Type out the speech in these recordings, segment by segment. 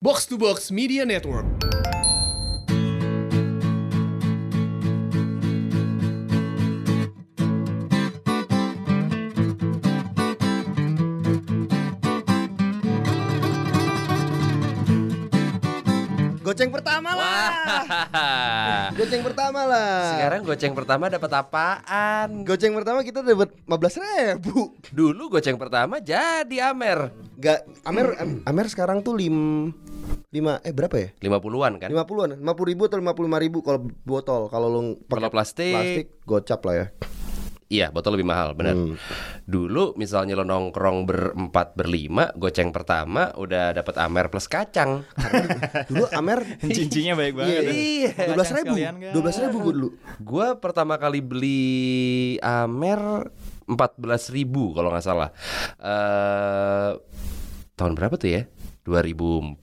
Box to Box Media Network. Goceng pertama lah. Wah. Goceng pertama lah. Sekarang goceng pertama dapat apaan? goceng pertama kita dapat 15 ribu. Dulu goceng pertama jadi Amer. Gak, Amer, Am- Amer sekarang tuh lim, lima, eh berapa ya? 50-an kan? 50-an, 50 ribu atau 55 ribu kalau botol Kalau lu Kalau pakai plastik, plastik, gocap lah ya iya botol lebih mahal, benar. Hmm. Dulu misalnya lo nongkrong berempat berlima, goceng pertama udah dapat Amer plus kacang. Dulu Amer Cincinnya baik banget. Iya. 12 ribu, Sekalian, guys. 12 ribu gue dulu Gua pertama kali beli Amer 14.000 kalau nggak salah. Eh tahun berapa tuh ya? 2004, 2005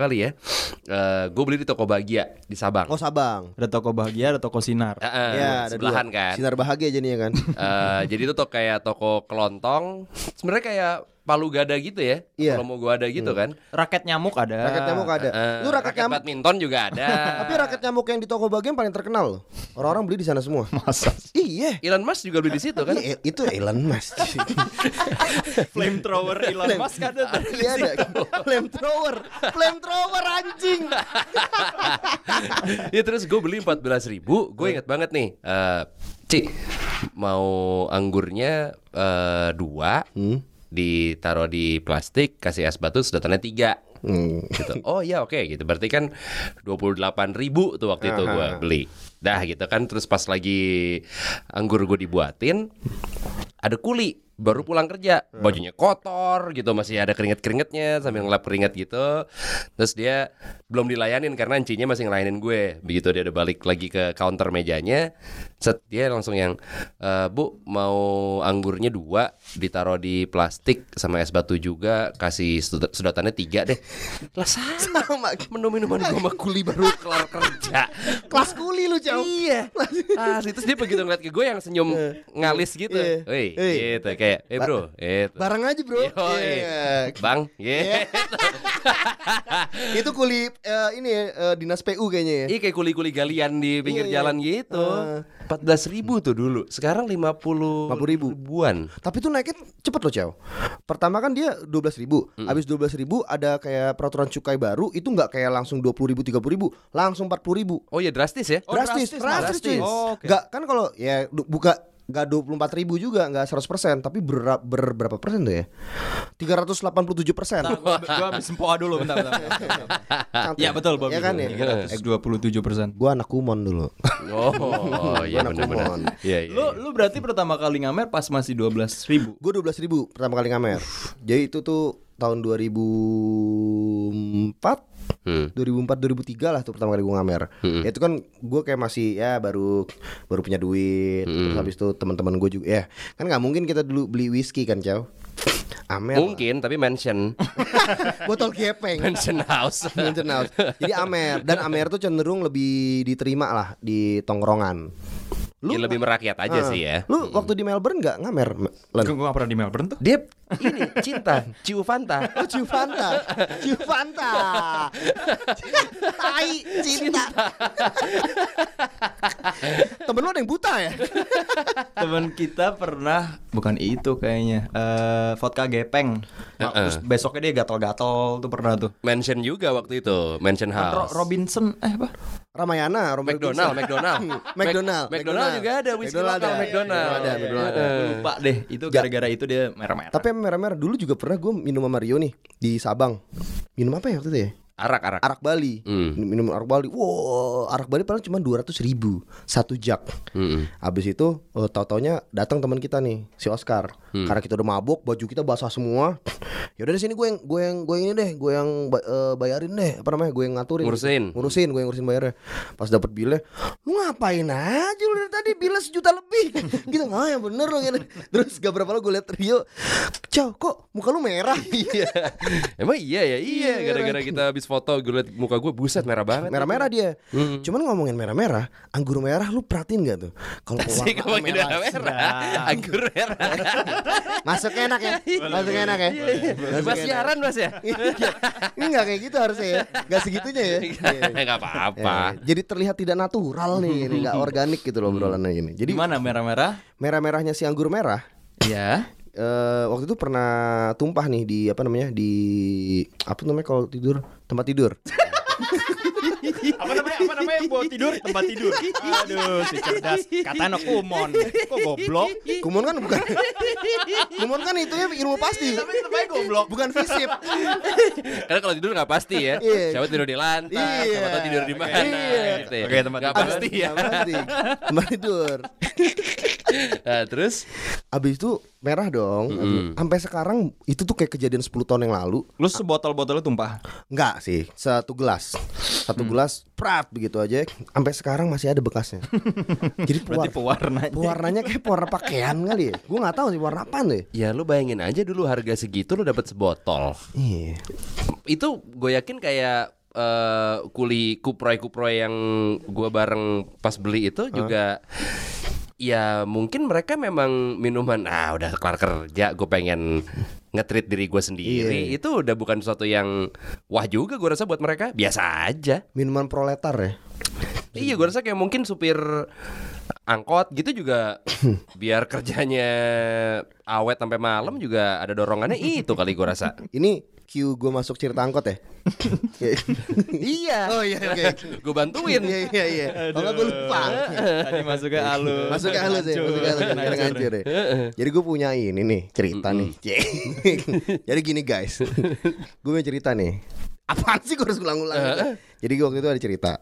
kali ya. Eh gue beli di toko Bahagia di Sabang. Oh Sabang Ada Iya, toko bahagia, ada toko sinar. Eh, eh, ada sebelahan dua. kan. Sinar bahagia jadinya kan Eh, jadi itu tuh kayak toko kelontong. Sebenarnya kayak palu gada gitu ya. Iya. Kalau mau gua ada gitu kan. Raket nyamuk ada. Raket nyamuk ada Eh, Lu raket nyamuk badminton juga ada. Tapi raket nyamuk yang di toko bagian paling terkenal loh Orang-orang beli di sana semua Masa Iya Elon Musk juga beli di situ kan. Iya, itu Elon Musk. flamethrower Elon Flame- Musk ada tuh. Iya ada. Flamethrower, flamethrower anjing. ya terus gue beli 14.000 ribu Gue inget banget nih eh Ci Mau anggurnya eh, Dua Hmm. Ditaruh di plastik Kasih es batu sedotannya tiga Hmm. gitu. Oh ya oke gitu. Berarti kan 28.000 ribu tuh waktu itu gue beli. Dah gitu kan terus pas lagi anggur gue dibuatin ada kuli baru pulang kerja bajunya kotor gitu masih ada keringet keringetnya sambil ngelap keringet gitu terus dia belum dilayanin karena encinya masih ngelayanin gue begitu dia udah balik lagi ke counter mejanya set dia langsung yang "Eh, bu mau anggurnya dua ditaruh di plastik sama es batu juga kasih sedot- sedotannya tiga deh lah sama Sama menu minuman gue sama kuli baru kelar kerja kelas kuli lu, Cau. iya ah terus dia begitu ngeliat ke gue yang senyum ngalis gitu Iya. Wih, Iya. gitu kayak eh bro gitu. Barang aja, Bro. Yoi. Iya. bang yeah. Itu kuli eh, ini ya, eh, Dinas PU kayaknya ya. Iya kayak kuli-kuli galian di pinggir Iya, iya. jalan gitu. 14.000 ribu tuh dulu. Sekarang 50 ribu. ribuan. Tapi tuh naiknya cepet loh, Cau. Pertama kan dia 12.000 ribu Hmm. Habis 12.000 ada kayak peraturan cukai baru Itu nggak kayak langsung 20.000 ribu, 30.000 ribu Langsung 40.000 ribu Oh iya drastis ya. Oh, drastis, drastis, drastis, drastis. cuy. Oh, oke. Nggak, kan kalau ya du- buka nggak 24.000 ribu juga nggak 100 persen tapi ber, ber- berapa persen tuh ya 387 persen Bentar, gua, gua habis sempoa dulu bentar, bentar, bentar, bentar. Ya betul Iya. Bob. ya kan ya X 27 persen. gue anak kumon dulu Oh, iya Anak kumon. benar-benar. Iya iya. Lu lu berarti pertama kali ngamer pas masih 12 ribu. gue 12.000 ribu pertama kali ngamer jadi itu tuh tahun 2004 Hmm. 2004 2003 lah tuh pertama kali gue ngamer. Hmm. Ya itu kan gue kayak masih ya baru baru punya duit. Hmm. Terus habis itu teman-teman gue juga ya kan nggak mungkin kita dulu beli whisky kan cow. Amer. lah. Mungkin tapi mention Iya. botol gepeng mention house. Mountain House. Jadi Amer dan Amer tuh cenderung lebih diterima lah di tongkrongan. Lu Ya, lebih merakyat aja sih ya. Ah. Lu waktu di Melbourne nggak ngamer? M- Len? Gue gak pernah di Melbourne tuh. Dia ini cinta, ciu Fanta. Oh Juvanta, Juvanta, tai cinta. Temen lu ada yang buta ya? Temen kita pernah bukan itu kayaknya. Eh vodka gepeng. Nah, Terus besoknya dia gatal-gatal tuh pernah tuh. Kan Mention juga waktu itu, mention Ro- house. Robinson eh apa? Ramayana, Romo McDonald, Wilkinson. McDonald. McDonald, Mac- McDonald juga ada whisky McDonald lokal ada. McDonald. Iya. Ada, McDonald ada. Gua Lupa deh. Itu gara-gara itu dia merah-merah. Tapi merah-merah dulu juga pernah gue minum sama Rio nih di Sabang. Minum apa ya waktu itu ya? Arak-arak. arak Bali Hmm. minum arak Bali wow arak Bali paling cuma dua ratus ribu satu jak hmm, habis itu eh, tau-taunya datang teman kita nih si Oscar karena kita udah mabok baju kita basah semua yaudah di sini gue yang gue yang gue ini deh gue yang ba- eh, bayarin deh apa namanya gue yang ngaturin Ngurusin. ngurusin gue yang ngurusin bayarnya pas dapat bilnya lu ngapain aja lu dari tadi bilnya sejuta lebih gitu ah yang bener lu gitu. terus gak berapa lama gue liat Rio Cow kok muka lu merah Emang iya ya, iya Iya, gara-gara kita habis foto gue liat muka gue buset merah banget. merah-merah dia. Cuman ngomongin merah-merah, anggur merah lu perhatiin gak tuh? Kalau Sih warna ngomongin merah merah, anggur merah. Masuknya enak Iya, ya, masuknya enak ya. Mas Masuknya enak. siaran mas Iya, ya? Ini nggak kayak gitu harusnya ya, nggak segitunya ya. Iya. Gak apa-apa. Eh, jadi terlihat tidak natural nih, ini nggak organik gitu loh obrolannya ini. Jadi Di mana merah-merah? merah-merahnya si anggur merah Ya. eh waktu itu pernah tumpah nih di apa namanya di apa namanya kalau tidur tempat tidur apa namanya apa namanya Eh, buat tidur tempat tidur aduh si cerdas katanya kumon kok goblok kumon kan bukan kumon kan itu ilmu pasti Tapi goblok bukan fisip Karena kalau tidur nggak pasti ya. Iya. Siapa tidur di lantai, Iya. siapa tahu tidur di mana. Iya. gitu ya. Oke, tempat Nggak tidur. pasti ya. Nggak pasti tempat tidur Nah, terus abis itu merah dong sampai sekarang itu tuh kayak kejadian 10 tahun yang lalu Lu sebotol-botolnya tumpah. Enggak sih, satu gelas. Satu Mm. gelas prat begitu aja sampai sekarang masih ada bekasnya. Jadi Berarti pewarnanya. Pewarnanya kayak pewarna pakaian kali ya. Gue nggak tahu sih warna apa deh. ya lu bayangin aja dulu harga segitu lu dapat sebotol. Iya. Itu gue yakin kayak eh, kuli kuproy-kuproy yang gua bareng pas beli itu juga ya mungkin mereka memang minuman ah udah kelar kerja gue pengen ngetrit diri gue sendiri itu udah bukan sesuatu yang wah juga gue rasa buat mereka biasa aja Minuman proletar ya. Iya gue rasa kayak mungkin supir angkot gitu juga biar kerjanya awet sampai malam juga ada dorongannya itu kali gue rasa. Ini cue gue masuk cerita angkot ya. iya. oh iya oke. Gue bantuin. Iya iya iya. Oh gue lupa. Tadi masuknya halus. Masuk ke halus ya, masuk ke halus ya, biar ngancur ya. Jadi gue punya ini nih cerita nih. Jadi gini guys, gue punya cerita nih. Apaan sih gue harus ulang-ulang? gitu? Jadi waktu itu ada cerita.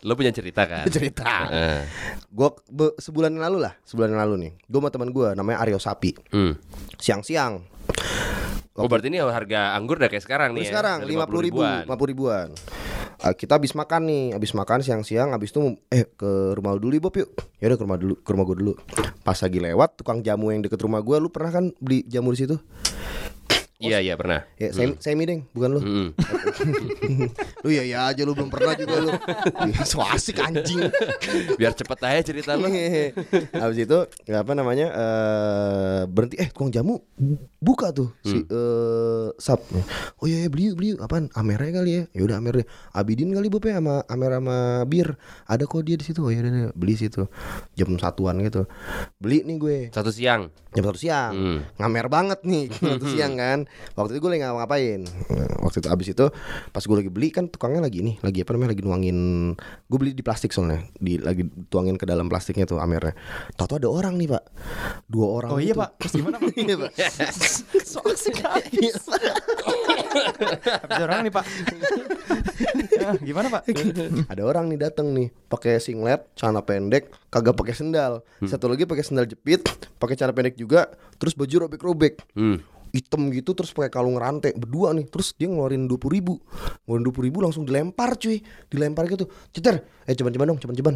Lo punya cerita kan? cerita. Heeh. Gue sebulan yang lalu lah, sebulan yang lalu nih. Gue sama teman gue namanya Aryo Sapi. Hmm. Siang-siang. Oh berarti ini harga anggur udah kayak sekarang nih Terus ya? sekarang Udah lima puluh ribu, ribuan. lima puluh ribuan. Eh, kita habis makan nih, habis makan siang-siang, habis itu eh ke rumah lu dulu Bob yuk. Ya udah ke rumah dulu, ke rumah gue dulu. Pas lagi lewat tukang jamu yang deket rumah gue, lu pernah kan beli jamu di situ? Iya iya pernah. Ya, semi, semi deng, bukan lu. Hmm. Lu ya ya aja lu belum pernah juga lu. Iya, so asik ah. anjing. Biar cepet aja cerita lo. Iya. Habis itu ya apa namanya eh berhenti eh tukang jamu bu- buka tuh si eh, sap. Oh iya, iya beli yuk, beli yuk. apaan Amernya kali ya. Ya udah Amernya. Abidin kali Bob ya sama Amer sama bir. Ada kok dia di situ. Oh iya udah, udah, beli situ. Jam satuan gitu. Beli nih gue Satu siang. jam satu siang Hmm. ngamer banget nih jam satu siang kan waktu itu gue lagi ngapain waktu itu abis itu pas gue lagi beli kan tukangnya lagi nih lagi apa namanya lagi nuangin gue beli di plastik soalnya di lagi tuangin ke dalam plastiknya tuh amernya tahu ada orang nih pak dua orang Oh iya, itu. Pak. Gimana, Pak? Iya, Pak. Soal sekali. Habis orang nih, Pak. Ah, Gimana, Pak? ada orang nih datang nih pakai singlet celana pendek kagak pakai sendal Hmm. satu lagi pakai sendal jepit pakai celana pendek juga terus baju robek-robek Hmm. hitam gitu terus pakai kalung rantai berdua nih terus dia ngeluarin dua puluh ribu ngeluarin dua puluh ribu langsung dilempar cuy dilempar gitu ceter eh ceban ceban dong ceban ceban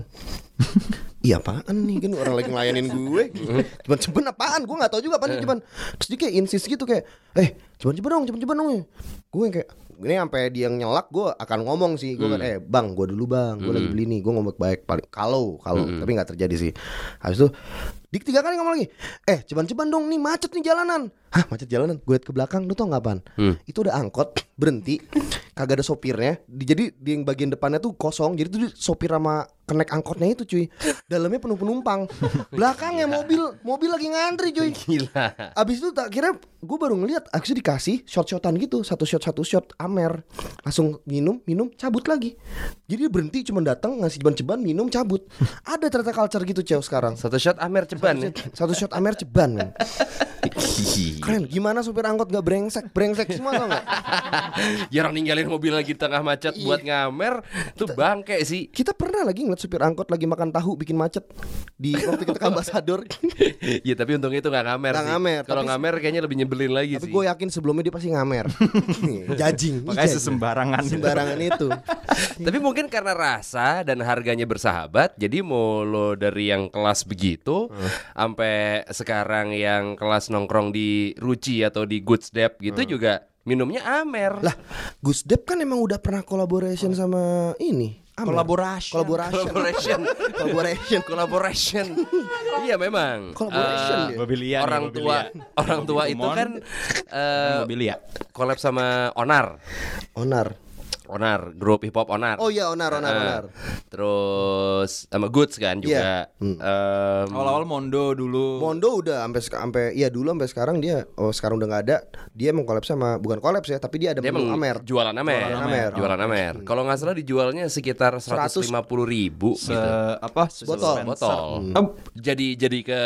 iya apaan nih kan orang lagi ngelayanin gue ceban ceban apaan gue nggak tahu juga apaan ceban terus dia kayak insist gitu kayak eh ceban ceban dong ceban ceban dong gue yang kayak ini sampai dia yang nyelak gue akan ngomong sih gue kan eh bang gue dulu bang gue lagi beli nih gue ngomong baik paling kalau kalau tapi nggak terjadi sih habis itu Dik tiga kali ngomong lagi Eh ceban-ceban dong nih macet nih jalanan Hah macet jalanan Gue liat ke belakang Lu tau nggak apaan Itu udah angkot Berhenti Kagak ada sopirnya Di- Jadi di yang bagian depannya tuh kosong Jadi tuh di- sopir sama kenek angkotnya itu cuy Dalamnya penuh penumpang Belakangnya mobil Mobil lagi ngantri cuy Gila. Abis itu tak kira gue baru ngeliat Abis itu dikasih shot-shotan gitu Satu shot satu shot amer Langsung minum minum cabut lagi Jadi dia berhenti cuma datang ngasih ceban-ceban minum cabut Ada ternyata culture gitu cewek sekarang Satu shot Amer ceban ya. satu shot Amer ceban men. Keren Gimana supir angkot gak brengsek Brengsek semua tau gak Ya orang ninggalin mobil lagi di tengah Iya. macet buat ngamer tuh bangke sih. Kita pernah lagi ngeliat supir angkot Lagi makan tahu bikin macet Di waktu kita ke ambasador Iya tapi untungnya itu gak ngamer Nggak sih. ngamer, Kalau tapi- ngamer kayaknya lebih nyebelin lagi Tapi sih. gue yakin sebelumnya dia pasti ngamer Nih, Jajing Makanya Ih, jajing. sesembarangan. Sembarangan itu Tapi mungkin karena rasa dan harganya bersahabat, jadi mau lo dari yang kelas begitu sampai sekarang yang kelas nongkrong di Ruci atau di Goods Dep gitu juga minumnya Amer. Lah, Gus Dep kan emang udah pernah collaboration sama ini. Amer. Collaboration. Oh. Collaboration. Collaboration. Collaboration. Collaboration. iya memang. Collaboration Eh, dia. Mobilia nih, orang tua mobilia. orang tua itu Kumon. kan eh ya? Mobilia. collab sama Onar. Onar. Onar, grup hip hop Onar. Oh iya Onar, Onar, Eh, Onar. Terus sama Goods kan Iya. juga. Hmm. Em, Awal-awal Mondo dulu. Mondo udah sampai sek- sampai iya dulu sampai sekarang dia oh sekarang udah nggak ada. Dia emang collab sama bukan collab ya, tapi dia ada dia menu emang Hmm. Amer. jualan Amer. Jualan Amer. Hmm. Jualan Amer. Kalau nggak salah dijualnya sekitar 150 ribu Se gitu. apa? Botol. Spencer. Botol. Oh, Jadi jadi ke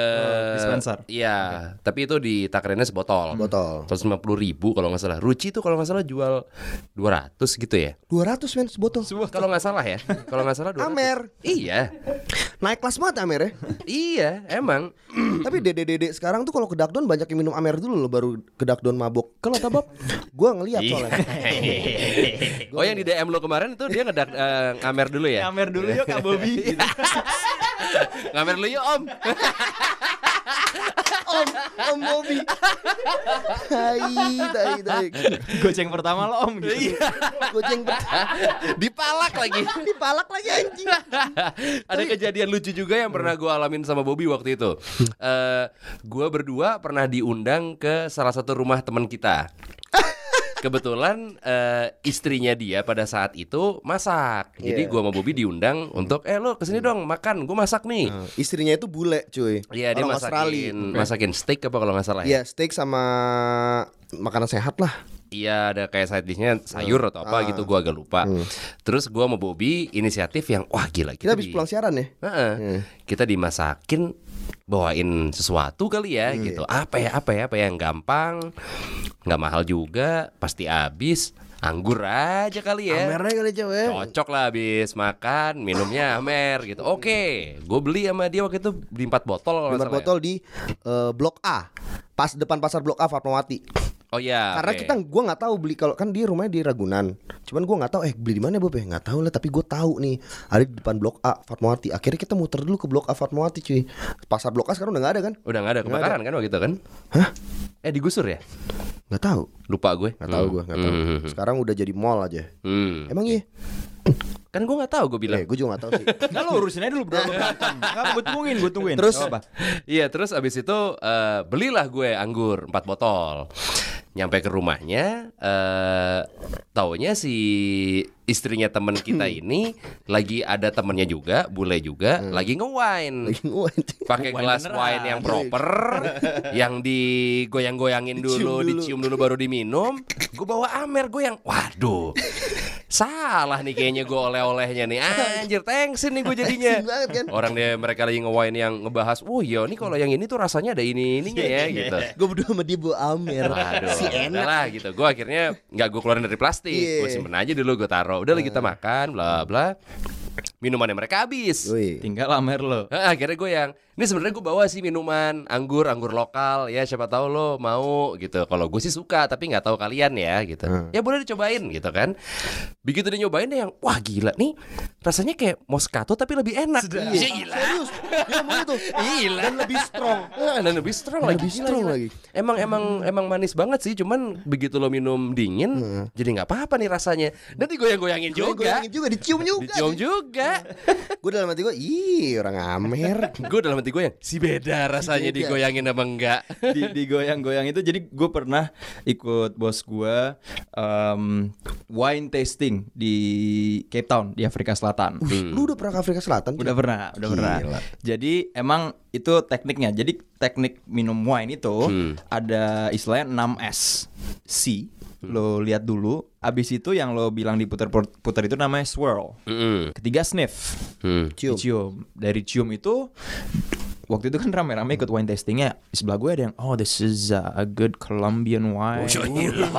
dispenser. Iya, tapi itu di takarannya sebotol. Hmm. Botol. 150 ribu kalau nggak salah. Ruci tuh kalau nggak salah jual 200 gitu ya. 200 men sebotol. Kalau nggak salah ya. Kalau nggak salah 200. Amer. Iya. Naik kelas banget Amer ya. Iya, emang. tapi dede-dede sekarang tuh kalau ke Dakdon banyak yang minum Amer dulu loh baru ke Dakdon mabok. Kalau tabab gua ngeliat soalnya. Iya. oh yang di DM lo kemarin itu dia ngedak eh, ngamer dulu ya? Amer dulu yuk Kak Iya. Bobby. Gitu. ngamer dulu yuk ya, om om, om Bobby. Hai, tai, tai. Goceng pertama lo Om gitu. Iya. Goceng ber- Dipalak lagi dipalak lagi anjing. Ada kejadian lucu juga yang pernah gue alamin sama Bobby waktu itu Hmm. Eh, Gue berdua pernah diundang ke salah satu rumah teman kita Kebetulan eh, istrinya dia pada saat itu masak Iya. Jadi Hmm. gue sama Bobby diundang untuk Eh lo kesini dong makan, gue masak nih Istrinya itu bule, cuy. Eh. Iya dia Orang masakin, Australia. masakin steak apa kalau nggak salah ya Iya, steak sama makanan sehat lah. Iya ada kayak side dishnya sayur Hmm. atau Ah. apa gitu gua agak lupa. Terus gua sama Bobby inisiatif yang wah gila Kita kita, habis di- pulang siaran ya. Heeh. kita dimasakin bawain sesuatu kali ya Iya. gitu. Apa ya apa ya apa yang gampang nggak mahal juga pasti habis anggur aja kali ya. Amernya kali cewek. Cocok lah habis makan minumnya Amer gitu. Oke, gue beli sama dia waktu itu beli 4 botol kalau nggak Lempar salah ya. botol di eh, Blok A. Pas depan pasar Blok A Fatmawati. Oh iya. Karena oke. kita gua nggak tahu beli kalau kan dia rumahnya di Ragunan. Cuman gua nggak tahu eh beli di mana ya, Bob ya? Nggak tahu lah, tapi gua tahu nih ada di depan Blok A Fatmawati. Akhirnya kita muter dulu ke Blok A Fatmawati, cuy. Pasar Blok A sekarang udah nggak ada kan? udah nggak ada Nggak ada. kebakaran kan waktu itu kan? Hah? Eh digusur ya? Nggak tahu. Lupa gue. Nggak tahu Hmm. gua, nggak tahu. Hmm. Sekarang udah jadi mall aja. Hmm. Emang iya? Kan gue nggak tahu gue Eh, bilang. gua juga nggak tahu sih. Nah lo urusin aja dulu bro lo berantem. Nggak, Gue tungguin, gue tungguin. Terus? Nggak apa? Iya terus abis itu eh, belilah gue anggur 4 botol. Nyampe ke rumahnya, eh taunya si istrinya temen kita ini lagi ada temennya juga, bule juga, lagi nge-wine. Waduh. Pakai gelas wine yang proper, yang digoyang-goyangin dulu, dicium dulu baru diminum. Gue bawa amer, gue yang waduh. Salah nih kayaknya gue oleh-olehnya nih Anjir thanksin nih gue jadinya Thanksin banget kan. Orang dia mereka lagi ngewain yang ngebahas Oh iya nih kalau yang ini tuh rasanya ada ini ininya ya gitu gue berdua sama dia Bu Amir Aduh, si udah enak lah gitu. Gue akhirnya nggak gue keluarin dari plastik, Iya. gue simpen aja dulu gue taruh. Udah lah kita makan, bla bla. Minumannya mereka habis. Woi. Tinggal Amer lo. Heeh, Eh, akhirnya gue yang ini sebenarnya gue bawa sih minuman anggur anggur lokal ya siapa tahu lo mau gitu kalau gue sih suka tapi nggak tahu kalian ya gitu ya boleh dicobain gitu kan begitu dia nyobain dia yang wah gila nih rasanya kayak moscato tapi lebih enak Iya, gila serius dia ngomong itu Gila. dan lebih strong Ah, dan lebih strong Dan lagi. lebih strong lagi. Emang emang emang manis banget sih, cuman begitu lo minum dingin, jadi nggak apa-apa nih rasanya. Dan Hmm. digoyang-goyangin juga. Goyangin juga dicium juga Dicium juga. gue dalam hati gue ih orang Amer gue dalam hati gue yang si beda rasanya beda." digoyangin apa enggak. di digoyang-goyang itu jadi gue pernah ikut bos gue em, wine tasting di Cape Town di Afrika Selatan Hmm. Wih, lu udah pernah ke Afrika Selatan udah pernah udah pernah jadi emang itu tekniknya jadi teknik minum wine itu ada istilahnya 6 S C lo lihat dulu abis itu yang lo bilang diputer-puter itu namanya swirl ketiga sniff Hmm. Cium. Dicium. Dari cium itu waktu itu kan rame-rame ikut wine tastingnya di sebelah gue ada yang oh this is uh, a good Colombian wine Oh, Iya.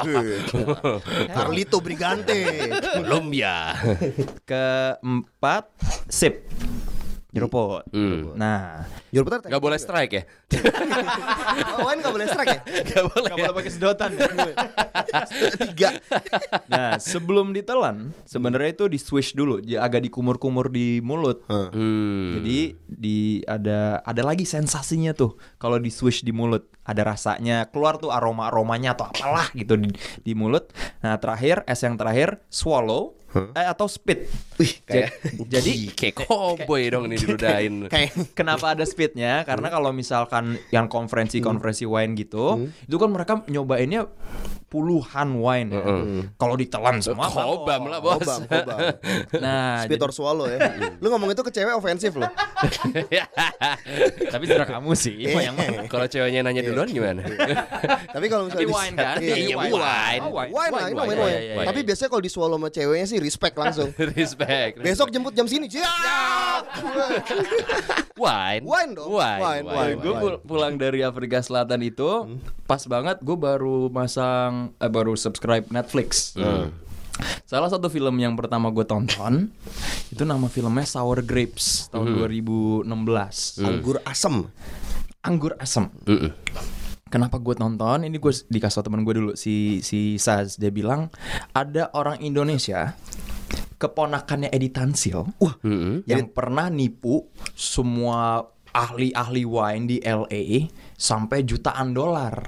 Carlito Brigante Belum ya. keempat sip Jeruput. Hmm. Nah, Jurputer Gak boleh strike ya? Owen nggak boleh strike ya? Gak boleh. ya? pakai sedotan. Tiga. nah, sebelum ditelan, sebenarnya itu di swish dulu, dia agak dikumur-kumur di mulut. Hmm. Jadi di ada ada lagi sensasinya tuh kalau di swish di mulut ada rasanya keluar tuh aroma aromanya atau apalah gitu di, di mulut. Nah terakhir es yang terakhir swallow eh, atau spit. Wih, kayak Eh. Jadi Ih, kayak cowboy dong ini diludahin. kayak Kenapa ada speednya? Karena Hmm. kalau misalkan yang konferensi-konferensi wine gitu, itu kan mereka nyobainnya puluhan wine. ya. Hmm. Kalau ditelan semua, Kobam lah bos. Obam, obam. Nah, Speed or swallow ya. Lu ngomong itu ke cewek ofensif loh. jadi- tapi terserah kamu sih. Eh, mau yang mana. Kalau ceweknya Iya. nanya duluan gimana? Tapi kalau misalnya Tapi wine kan? Iya, Iya, iya, wine. wine. Oh, Wine, lah, ini namanya wine. wine. Tapi biasanya kalau di swallow sama ceweknya sih respect langsung. Respect. Besok jemput jam sini. Ya. wine. Wine dong. Wine. Wine, wine. gue pulang dari Afrika Selatan itu pas banget gue baru masang eh, baru subscribe Netflix. Salah satu film yang pertama gue tonton itu nama filmnya Sour Grapes tahun 2016. Anggur asem. Anggur asem. Mm-mm. Kenapa gue tonton? Ini gue dikasih tau temen gue dulu si si Saz dia bilang ada orang Indonesia keponakannya Edi Tansil Mm-mm. yang pernah nipu semua ahli-ahli wine di LA sampai jutaan dolar.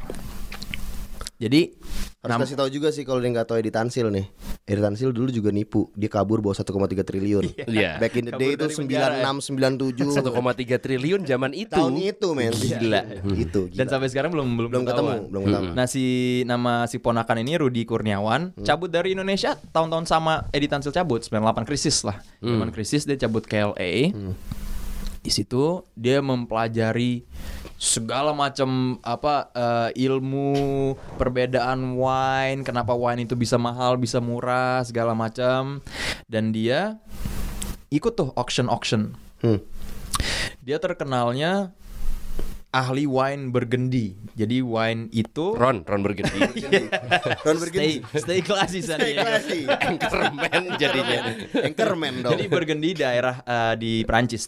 Jadi Harus nam- kasih tahu juga sih kalau dia nggak tahu Edi Tansil nih. Edi Tansil dulu juga nipu. Dia kabur bawa 1,3 triliun. Iya. Back in the day itu Kabur dari penjara, ya. 96 97. 1,3 triliun zaman itu. tahun itu, men. Gila. Hmm. Gitu, gila. dan sampai sekarang belum belum, belum ketemu, ketahuan. belum ketemu. Nah si nama si ponakan ini Rudi Kurniawan Mm. cabut dari Indonesia tahun-tahun sama Edi Tansil cabut 98 krisis lah. Zaman krisis dia cabut ke LA. Mm. Di situ dia mempelajari segala macam apa eh, ilmu perbedaan wine, kenapa wine itu bisa mahal, bisa murah, segala macam. Dan dia ikut tuh auction-auction. Hmm. Dia terkenalnya ahli wine bergendi. Jadi wine itu Ron, Ron bergendi. Ron Burgundy. stay stay classy San Stay Diego. classy. Anchorman jadinya. Anchorman dong. Jadi bergendi daerah eh, di Perancis,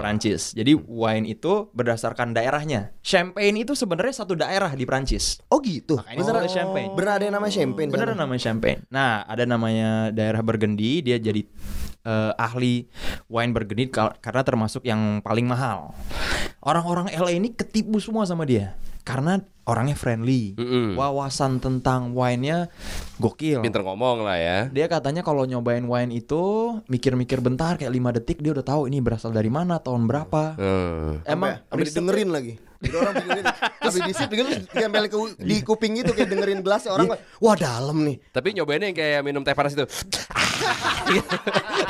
Oh. Perancis. Jadi wine itu berdasarkan daerahnya. Champagne itu sebenarnya satu daerah di Perancis. Oh gitu. Makanya disebutnya champagne. Benar ada yang namanya champagne. kan? di Bener sana? namanya champagne. Nah, ada namanya daerah bergendi, dia jadi eh, ahli wine bergendi kal- karena termasuk yang paling mahal. Orang-orang LA ini ketipu semua sama dia karena orangnya friendly, Mm-mm. wawasan tentang wine-nya gokil. Pinter ngomong lah ya. Dia katanya kalau nyobain wine itu mikir-mikir bentar kayak 5 detik dia udah tahu ini berasal dari mana, tahun berapa. Hmm. Emang Sampai- sampai didengerin lagi. Jadi orang dengerin. Habis disip dengerin terus tempel ke Iya. di kuping gitu kayak dengerin gelas orang wah dalam nih. Tapi nyobainnya yang kayak minum teh panas itu.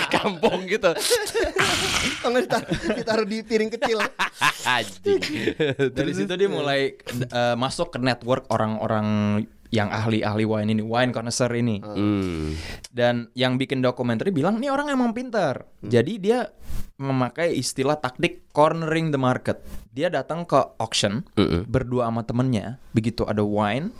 Kampung gitu. Tangan ditaruh, ditaruh di piring kecil. Anjing. dari situ dia mulai eh, masuk ke network orang-orang yang ahli-ahli wine ini, wine connoisseur ini. Hmm. Dan yang bikin dokumenter bilang nih orang emang pintar. Hmm. Jadi dia memakai istilah taktik cornering the market. Dia datang ke auction Mm-mm. berdua sama temennya. Begitu ada wine,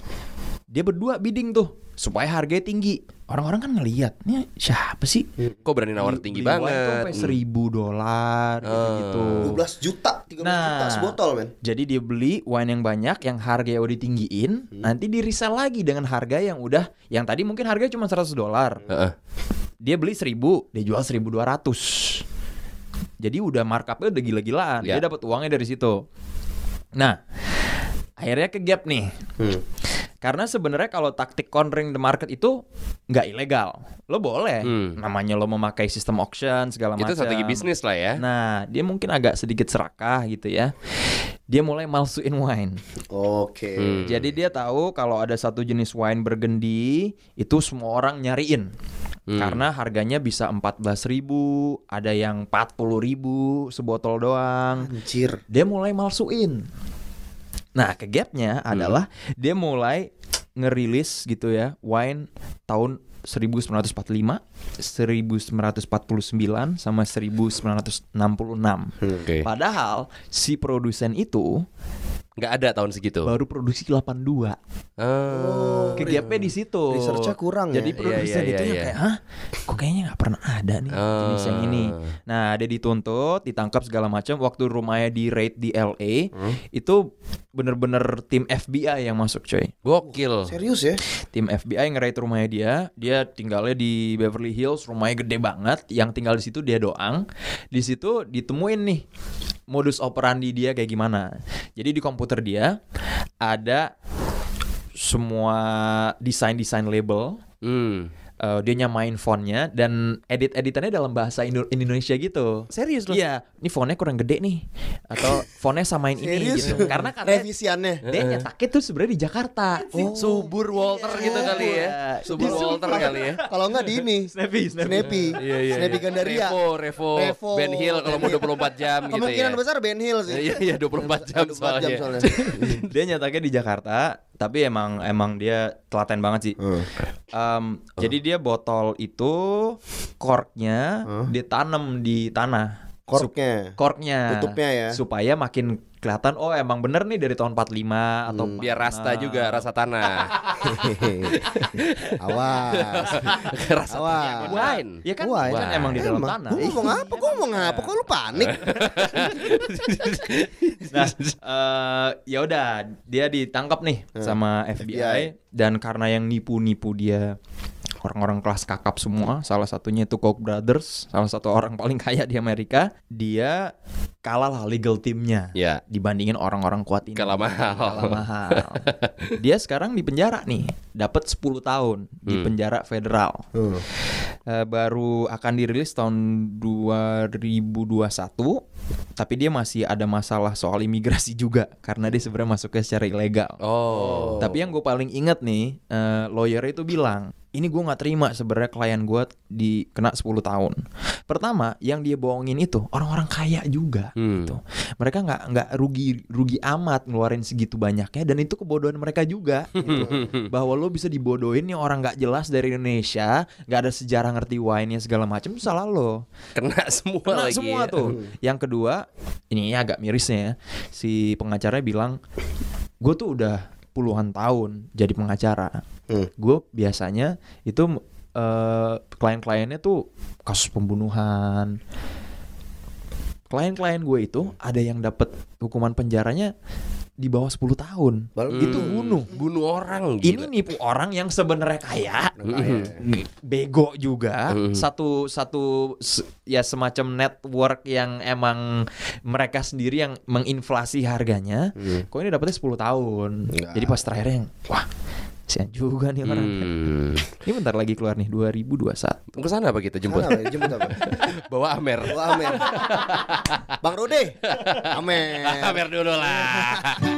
dia berdua bidding tuh supaya harganya tinggi. Orang-orang kan ngeliat, nih siapa sih? Kok berani nawar tinggi banget? Hmm. Ah. Wine tuh sampai seribu dolar gitu. 12 juta, 13 juta Nah. sebotol men. Jadi dia beli wine yang banyak yang harganya udah ditinggiin, Hmm. nanti di resell lagi dengan harga yang udah yang tadi mungkin harganya cuma 100 dolar. Heeh. Dia beli 1000, dia jual 1200. Jadi udah markupnya udah gila-gilaan. Ya. Dia dapat uangnya dari situ. Nah, akhirnya ke gap nih. Hmm. Karena sebenarnya kalau taktik cornering the market itu nggak ilegal. Lo boleh. Hmm. Namanya lo memakai sistem auction segala Itu macam. strategi bisnis lah ya. Nah, dia mungkin agak sedikit serakah gitu ya. Dia mulai malsuin wine. Oke. Hmm. Jadi dia tahu kalau ada satu jenis wine bergendi itu semua orang nyariin. Karena harganya bisa 14.000, ada yang 40.000 sebotol doang. Anjir. Dia mulai malsuin. Nah, ke gapnya adalah dia mulai ngerilis gitu ya wine tahun 1945, 1949 sama 1966. Oke. Padahal si produsen itu nggak ada tahun segitu. baru produksi 82. Ah. Ke gapnya di situ. Research-nya kurang ya? Iya, Ah. Jadi produsen iya, iya, itu yang iya. kayak, "Hah? Kok kayaknya nggak pernah ada nih Ah. jenis yang ini." Nah, dia dituntut, ditangkap segala macam waktu rumahnya di raid di LA, Hmm? itu bener-bener tim FBI yang masuk, coy. Oh, Gokil. Serius ya? Tim FBI ngeraid rumahnya dia. Dia tinggalnya di Beverly Hills, rumahnya gede banget. Yang tinggal di situ dia doang. Di situ ditemuin nih modus operandi dia kayak gimana. Jadi di komputer dia ada semua desain-desain label. Hmm. Eh, dia nyamain fontnya dan edit-editannya dalam bahasa Indo- Indonesia gitu. Serius lu? Iya, ini fontnya kurang gede nih atau fontnya samain ini Serius? gitu. Karena katanya Revisiannya. dia nyetaknya tuh sebenarnya di Jakarta. Subur Walter iya. gitu kali ya. Subur Walter kali ya. Kalau nggak di ini. Snappy, snappy. Snappy. Iya, Snappy Gandaria. Revo, Revo, Revo. Ben Hill kalau mau 24 jam gitu ya. Kemungkinan besar Ben Hill sih. Iya iya 24 jam 24 soalnya. dia nyetaknya di Jakarta, tapi emang emang dia telaten banget sih. Hmm. Em, Jadi dia botol itu korknya ditanam di tanah. Korknya. Sup- korknya. Tutupnya ya. Supaya makin kelihatan oh emang bener nih dari tahun 45 atau Biar Nah. rasta juga rasa tanah. Awas. rasa tanah. Wah. Wine. Ya kan, Wah, kan emang di dalam tanah. Iya. Gue ngomong apa? Gue ngomong apa? Kok lu panik? Nah, eh, ya udah dia ditangkap nih sama FBI, dan karena yang nipu-nipu dia orang-orang kelas kakap semua, salah satunya itu Koch Brothers, salah satu orang paling kaya di Amerika, dia kalah lah legal timnya Ya. dibandingin orang-orang kuat ini. Kalah mahal. Kalah mahal. dia sekarang di penjara nih, dapat 10 tahun di Hmm. penjara federal. Eh, baru akan dirilis tahun 2021 tapi dia masih ada masalah soal imigrasi juga karena dia sebenarnya masuknya secara ilegal Oh. tapi ya- yang gue paling inget nih eh, lawyer itu bilang ini gue nggak terima sebenarnya klien gue dikena 10 tahun pertama yang dia bohongin itu orang-orang kaya juga Hmm. gitu mereka nggak nggak rugi rugi amat ngeluarin segitu banyaknya dan itu kebodohan mereka juga gitu. bahwa lo bisa dibodohin nih orang nggak jelas dari Indonesia nggak ada sejarah ngerti wine-nya segala macam itu salah lo Kena semua Kena lagi. semua ya. tuh. Yang kedua, ini agak mirisnya ya. Si pengacaranya bilang, gue tuh udah puluhan tahun jadi pengacara. Gue biasanya itu eh, klien-kliennya tuh kasus pembunuhan. Klien-klien gue itu ada yang dapat hukuman penjaranya di bawah 10 tahun. Itu bunuh. Bunuh orang Ini gila. Mm-hmm. nipu orang yang sebenarnya kaya, bego juga, satu satu se- ya semacam network yang emang mereka sendiri yang menginflasi harganya. Kok ini dapetnya 10 tahun. Jadi pas terakhir yang wah, sian juga nih orang. Hmm. Ini bentar lagi keluar nih 2021. Ke sana apa kita jemput? Kenapa? Jemput apa? Bawa Amer. Gua Amer. Bang Rode. Amer. Amer dulu lah.